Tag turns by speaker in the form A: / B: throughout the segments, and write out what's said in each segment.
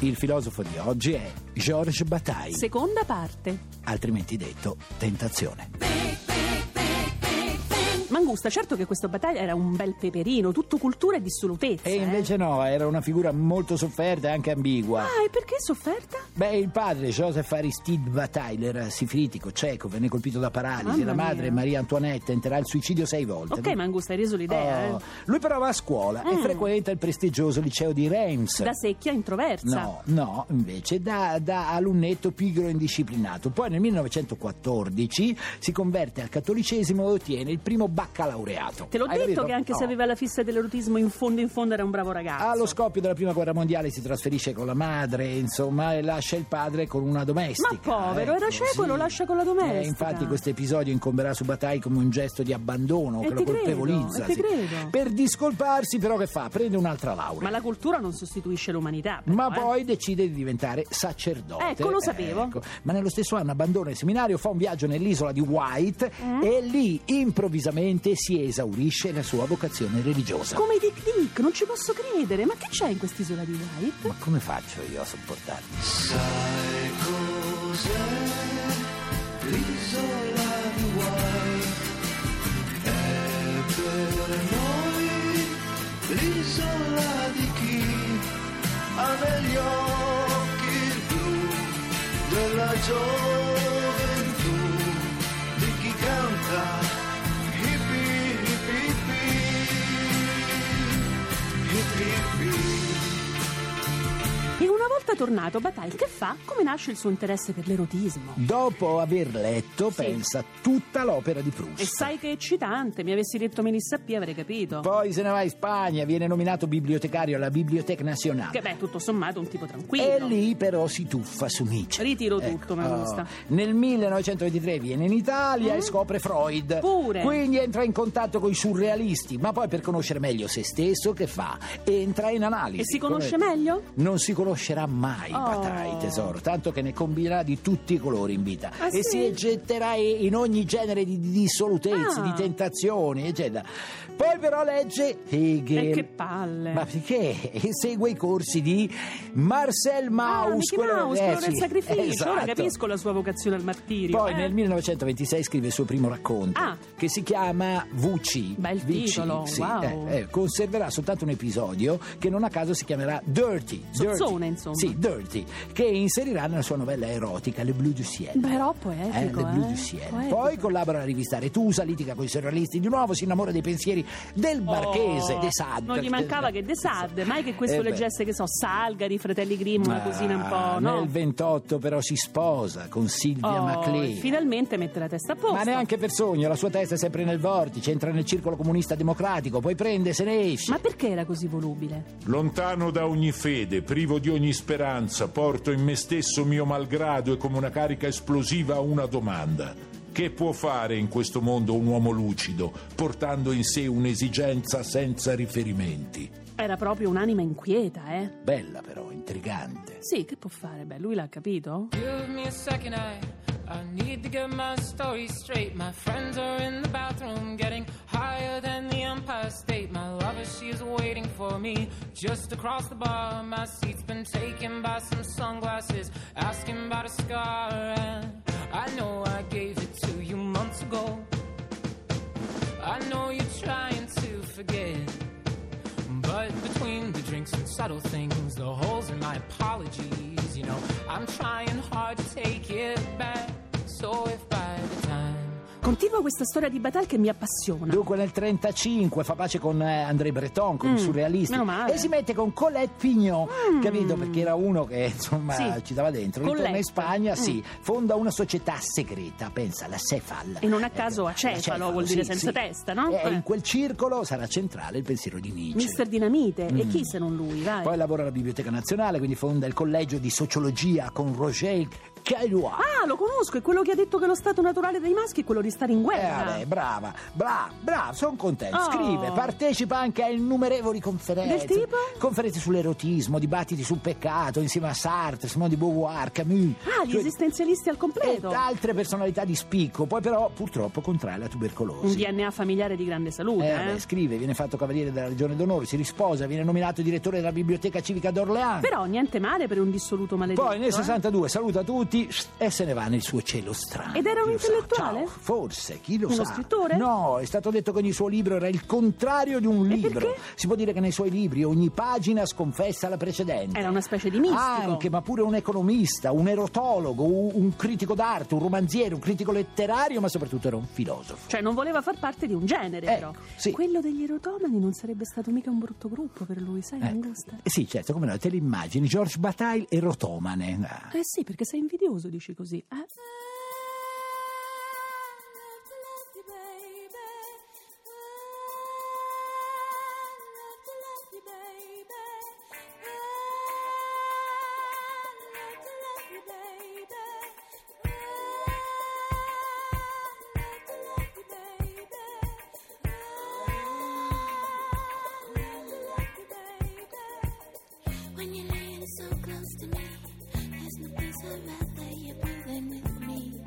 A: Il filosofo di oggi è Georges Bataille,
B: Seconda parte.
A: altrimenti detto tentazione.
B: Mangusta, certo che questo battaglia era un bel peperino, tutto cultura e dissolutezza.
A: E
B: eh.
A: invece no, era una figura molto sofferta e anche ambigua.
B: Ah, e perché sofferta?
A: Beh, il padre Joseph Aristide Bataille era sifritico, cieco, venne colpito da paralisi.
B: Mamma
A: la madre
B: mia.
A: Maria Antoinette tenterà il suicidio sei volte.
B: Ok, Mangusta, hai reso l'idea.
A: Oh,
B: eh.
A: Lui però va a scuola e
B: Mm.
A: frequenta il prestigioso liceo di Reims.
B: Da secchia introversa.
A: cioè No, no, invece da, da alunetto pigro e indisciplinato. Poi nel 1914 si converte al cattolicesimo e ottiene il primo baccalaureato.
B: Te l'ho
A: Hai
B: detto
A: capito?
B: che anche se
A: No. Ah,
B: aveva la fissa dell'erotismo, in fondo in fondo era un bravo ragazzo.
A: Allo scoppio della prima guerra mondiale si trasferisce con la madre, insomma, e lascia il padre con una domestica.
B: Ma povero, era cieco e lo lascia con la domestica.
A: ecco, Eh, infatti, questo episodio incomberà su Bataille come un gesto di abbandono
B: E
A: che lo
B: ti credo,
A: colpevolizza.
B: e ti
A: sì.
B: credo.
A: Per discolparsi, però, che fa? Prende un'altra laurea.
B: Ma la cultura non sostituisce l'umanità. però,
A: Ma
B: eh.
A: poi decide di diventare sacerdote. Eh,
B: Ecco, lo sapevo.
A: Ma nello stesso anno abbandona il seminario, fa un viaggio nell'isola di White
B: Mm.
A: e lì improvvisamente si esaurisce la sua vocazione religiosa.
B: Come Dick Dick, non ci posso credere. Ma che c'è in quest'isola di White?
A: Ma come faccio io a sopportarmi?
C: Sai cos'è l'isola di White? È per noi l'isola di chi ha negli occhi il blu della gioventù, di chi canta hippie, hippie, hippie, hippie, hippie.
B: E una volta tornato, Bataille che fa? Come nasce il suo interesse per l'erotismo?
A: Dopo aver letto,
B: Sì.
A: pensa tutta l'opera di Proust.
B: E sai che è eccitante, mi avessi detto Melissa P avrei capito.
A: Poi se ne va in Spagna, viene nominato bibliotecario alla Biblioteca Nazionale.
B: Che beh, tutto sommato un tipo tranquillo.
A: E lì però si tuffa su Nietzsche.
B: Ritiro
A: Ecco,
B: tutto, ma
A: oh.
B: gusta.
A: Nel 1923 viene in Italia
B: Mm.
A: e scopre Freud.
B: Pure.
A: Quindi entra in contatto con i surrealisti, ma poi per conoscere meglio se stesso che fa? Entra in analisi.
B: E si conosce
A: Come-
B: meglio?
A: Non si conoscerà mai
B: Oh.
A: Bataille, tesoro, tanto che ne combinerà di tutti i colori in vita.
B: Ah, sì?
A: e si getterà i- in ogni genere di, di dissolutezze,
B: Ah.
A: di tentazioni, eccetera. Poi però legge Hegel.
B: E Eh, che palle.
A: Ma perché? E segue i corsi di Marcel
B: Ah,
A: Mauss,
B: Mickey
A: quello-
B: Mouse,
A: eh,
B: quello del
A: sì,
B: sacrificio. Ora
A: esatto.
B: capisco la sua vocazione al martirio.
A: Poi
B: eh.
A: nel 1926 scrive il suo primo racconto
B: Ah.
A: che si chiama Vuci.
B: Bel
A: Vici,
B: titolo,
A: sì,
B: wow.
A: eh, eh, conserverà soltanto un episodio che non a caso si chiamerà Dirty.
B: Sozzone,
A: Dirty.
B: insomma.
A: Sì, Dirty, che inserirà nella sua novella erotica Le Blue du Ciel.
B: Però
A: Eh,
B: poetico,
A: le
B: eh.
A: Blue du Ciel.
B: Poetico.
A: Poi collabora alla rivista Retusa, litiga con i surrealisti di nuovo, si innamora dei pensieri del barchese,
B: Oh,
A: De Sade.
B: Non gli mancava che De Sade, mai che questo
A: Eh beh.
B: leggesse, che so, Salgari, Fratelli Grimm, una
A: Ah,
B: cosina un po', no?
A: Nel 28 però si sposa con Silvia
B: Oh,
A: Maclea.
B: e finalmente mette la testa a posto.
A: Ma neanche per sogno, la sua testa è sempre nel vortice, entra nel circolo comunista democratico, poi prende, se ne esce.
B: Ma perché era così volubile?
D: Lontano da ogni fede, privo di ogni speranza, porto in me stesso mio malgrado e come una carica esplosiva una domanda. Che può fare in questo mondo un uomo lucido, portando in sé un'esigenza senza riferimenti?
B: Era proprio un'anima inquieta, eh?
A: Bella però, intrigante.
B: Sì, che può fare? Beh, lui l'ha capito?
E: Give me a second, I I need to get my story straight. My friends are in the bathroom, getting higher than the Empire State. My lover, she is waiting for me just across the bar. My seat's been taken by some sunglasses, asking about a scar. And I know I gave it to you months ago. I know you're trying to forget. But between the drinks and subtle things, the holes in my apologies, you know, I'm trying hard to take it back. So if by the time
B: continua questa storia di Batal che mi appassiona.
A: Dunque nel 1935 fa pace con eh, André Breton, con
B: Mm,
A: i surrealisti
B: meno male. Mm.
A: e si mette con Colette Pignot, capito? Perché era uno che insomma
B: Sì.
A: ci dava dentro. Ritorna in
B: Colette.
A: Spagna,
B: Mm.
A: sì, fonda una società segreta, pensa, la Cefal.
B: E non a caso
A: Eh,
B: a Cefalo,
A: la
B: vuol
A: sì,
B: dire senza
A: sì.
B: testa, no?
A: E
B: Eh.
A: in quel circolo sarà centrale il pensiero di Nietzsche.
B: Mister Dinamite, e
A: Mm.
B: chi se non lui, vai.
A: Poi lavora alla Biblioteca Nazionale, quindi fonda il collegio di sociologia con Roger Caillois.
B: Ah, lo conosco, è quello che ha detto che lo stato naturale dei maschi è quello di stare in
A: Eh,
B: guerra.
A: vabbè, brava, brava, brava, sono contento.
B: Oh.
A: Scrive, partecipa anche a innumerevoli conferenze.
B: Del tipo?
A: Conferenze sull'erotismo, dibattiti sul peccato, insieme a Sartre, Simone di Beauvoir, Camus.
B: ah, gli
A: Cioè, Eh,
B: esistenzialisti al
A: e
B: completo.
A: altre personalità di spicco. Poi, però, purtroppo contrae la tubercolosi.
B: Un DNA familiare di grande salute,
A: Eh,
B: eh.
A: vabbè, scrive, viene fatto cavaliere della Legione d'Onore, si risposa, viene nominato direttore della Biblioteca Civica d'Orleans.
B: Però niente male per un dissoluto maledetto.
A: Poi nel
B: eh.
A: 62 saluta tutti e se ne va nel suo cielo strano.
B: Ed era un
A: Chi lo sa?
B: intellettuale?
A: Ciao, forse, chi lo
B: Uno
A: sa?
B: scrittore?
A: No, è stato detto che ogni suo libro era il contrario di un
B: E
A: libro.
B: perché?
A: Si può dire che nei suoi libri ogni pagina sconfessa la precedente.
B: Era una specie di mistico.
A: Anche, ma pure un economista, un erotologo, u- un critico d'arte, un romanziere, un critico letterario, ma soprattutto era un filosofo.
B: Cioè non voleva far parte di un genere,
A: Ecco,
B: però.
A: sì.
B: Quello degli erotomani non sarebbe stato mica un brutto gruppo per lui, sai,
A: Ecco.
B: Mangusta?
A: Eh Sì, certo, come no, te l'immagini, George Bataille erotomane. Ah.
B: Eh sì, perché sei invidioso, dici così. Eh?
F: Ah, When you're laying so close to me, there's no place on earth that you're breathing with me.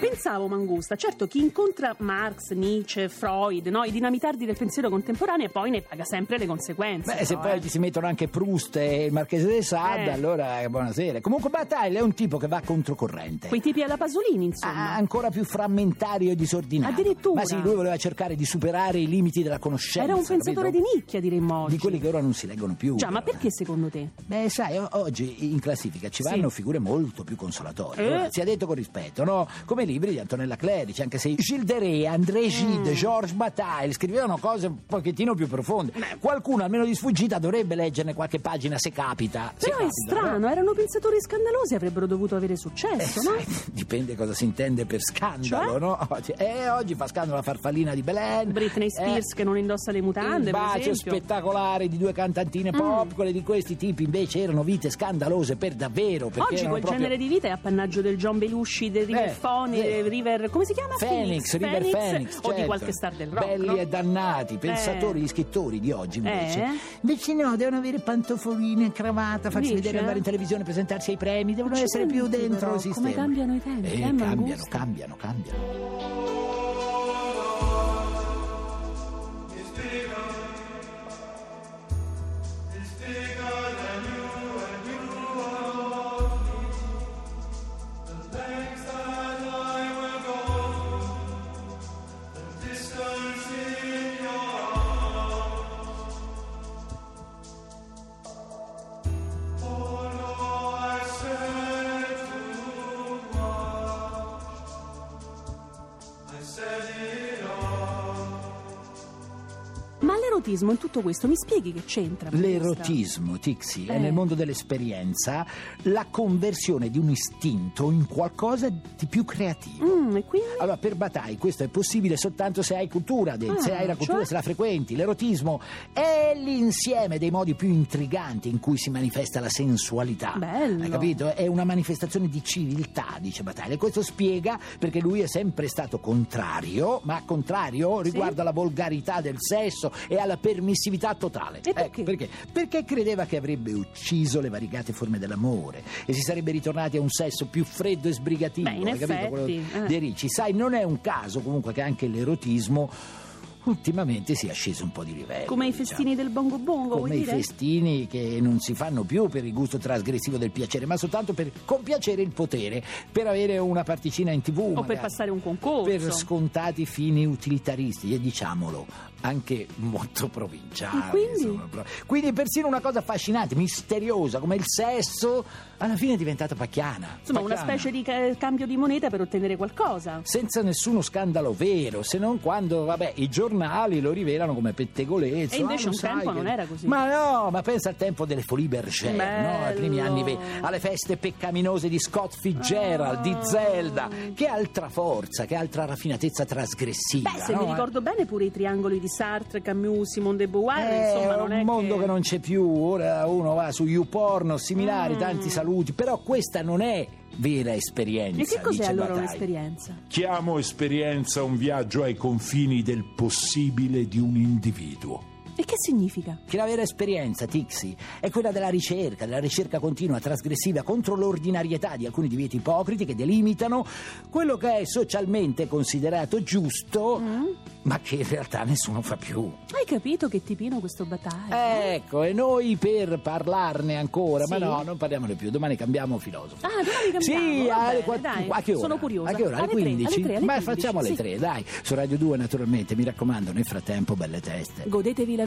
B: Pensavo, Mangusta, certo chi incontra Marx, Nietzsche, Freud, no, i dinamitardi del pensiero contemporaneo poi ne paga sempre le conseguenze.
A: Beh, se
B: però,
A: poi
B: eh.
A: ci si mettono anche Proust e il Marchese de Sade,
B: Eh.
A: allora eh, buonasera. Comunque Bataille è un tipo che va controcorrente.
B: Quei tipi alla Pasolini,
A: Ah,
B: insomma.
A: ancora più frammentario e disordinato.
B: Addirittura.
A: Ma sì, lui voleva cercare di superare i limiti della conoscenza.
B: Era un pensatore
A: capito?
B: di nicchia, diremmo oggi.
A: cioè, Di quelli che ora non si leggono più.
B: Già, ma
A: però,
B: perché
A: eh.
B: secondo te?
A: Beh, sai, o- oggi in classifica ci
B: Sì.
A: vanno figure molto più consolatorie.
B: Eh?
A: Ora, sia detto con rispetto, no? Come i libri di Antonella Clerici, anche se Gilles Deré, André
B: Mm.
A: Gide, Georges Bataille scrivevano cose un pochettino più profonde. Qualcuno, almeno di sfuggita, dovrebbe leggerne qualche pagina se capita. se
B: Però è
A: capita, no?
B: strano, erano pensatori scandalosi, avrebbero dovuto avere
A: Eh,
B: successo, no?
A: sai, dipende cosa si intende per scandalo,
B: Cioè?
A: no? Oggi- Eh, oggi fa scandalo la farfallina di Belen. eh,
B: Britney Spears che non indossa le mutande,
A: Un
B: per
A: bacio
B: esempio. Mm.
A: spettacolare di due cantantine pop, quelle di questi tipi invece erano vite scandalose per davvero. Perché
B: Oggi
A: erano
B: quel
A: proprio-
B: genere di vita è appannaggio del John Belushi, del River
A: Eh,
B: Phoenix,
A: eh.
B: del River... come si chiama?
A: Phoenix, River
B: Phoenix,
A: Phoenix,
B: O di
A: certo.
B: qualche star del rock,
A: Belli
B: no?
A: e dannati, pensatori,
B: Eh.
A: gli scrittori di oggi invece.
B: Eh?
A: Invece no, devono avere pantofoline, cravatta, farsi
B: Dice?
A: vedere andare in televisione, presentarsi ai premi, devono
B: Ci
A: essere più
B: senti,
A: dentro
B: però,
A: il sistema.
B: come cambiano i tempi, eh,
A: Eh, cambiano,
B: Mangusta?
A: cambiano, cambiano.
B: Ma l'erotismo in tutto questo mi spieghi che c'entra? Mangusta?
A: L'erotismo, Tixi, è
B: Eh.
A: nel mondo dell'esperienza la conversione di un istinto in qualcosa di più creativo.
B: Mm, e quindi?
A: Allora, per Bataille questo è possibile soltanto se hai cultura, del-
B: Ah,
A: se hai la cultura,
B: cioè?
A: se la frequenti. L'erotismo è l'insieme dei modi più intriganti in cui si manifesta la sensualità.
B: Bello.
A: Ah, Hai capito? È una manifestazione di civiltà, dice Bataille. E questo spiega perché lui è sempre stato contrario, ma contrario riguardo alla volgarità del sesso e alla permissività totale.
B: E perché?
A: Ecco, perché? Perché credeva che avrebbe ucciso le variegate forme dell'amore e si sarebbe ritornati a un sesso più freddo e sbrigativo.
B: Beh, in
A: hai capito?
B: effetti,
A: Quello
B: eh.
A: De Ricci. Sai, non è un caso comunque che anche l'erotismo ultimamente sia sceso un po' di livello.
B: Come i
A: diciamo.
B: festini del Bongo Bongo,
A: Come
B: vuoi
A: i
B: dire?
A: festini che non si fanno più per il gusto trasgressivo del piacere, ma soltanto per compiacere il potere, per avere una particina in tv.
B: o per
A: magari,
B: passare un concorso.
A: per scontati fini utilitaristi, e diciamolo, anche molto provinciale.
B: E quindi?
A: pro- Quindi persino una cosa affascinante, misteriosa, come il sesso, alla fine è diventata pacchiana.
B: Insomma, una
A: Pacchiana.
B: specie di ca- cambio di moneta per ottenere qualcosa.
A: Senza nessuno scandalo vero, se non quando, vabbè, i giornali lo rivelano come pettegolezzo.
B: E invece
A: Ah, lo
B: un
A: sai
B: tempo
A: che-
B: non era così.
A: Ma no, ma pensa al tempo delle folie Berger, no? Ai primi
B: Bello.
A: anni ve- alle feste peccaminose di Scott Fitzgerald, di
B: Ah.
A: Zelda. Che altra forza, che altra raffinatezza trasgressiva.
B: Beh, se
A: no?
B: mi ricordo bene, pure i triangoli di Sartre, Camus, Simone de Beauvoir,
A: Eh,
B: insomma,
A: è
B: non
A: un
B: è
A: mondo che...
B: che
A: non c'è più, ora uno va su YouPorn o similari,
B: Mm.
A: tanti saluti, però questa non è vera esperienza.
B: E che cos'è
A: dice
B: allora
A: Bataille.
B: un'esperienza?
D: Chiamo esperienza un viaggio ai confini del possibile di un individuo.
B: E che significa?
A: Che la vera esperienza, Tixi, è quella della ricerca, della ricerca continua, trasgressiva, contro l'ordinarietà di alcuni divieti ipocriti che delimitano quello che è socialmente considerato giusto, ma che in realtà nessuno fa più.
B: Hai capito che tipino questo battaglio?
A: Ecco, e noi per parlarne ancora, ma
B: Sì.
A: no, non parliamone più, domani cambiamo filosofo.
B: Ah, domani cambiamo.
A: Sì,
B: Va
A: alle
B: bene,
A: 4,
B: dai.
A: a che ora?
B: Sono curiosa.
A: A che ora? Alle,
B: Alle tre, alle
A: 15?
B: tre, alle
A: Ma
B: 15,
A: facciamo alle
B: sì.
A: 3, dai. Su Radio 2 naturalmente, mi raccomando, nel frattempo belle teste.
B: Godetevi la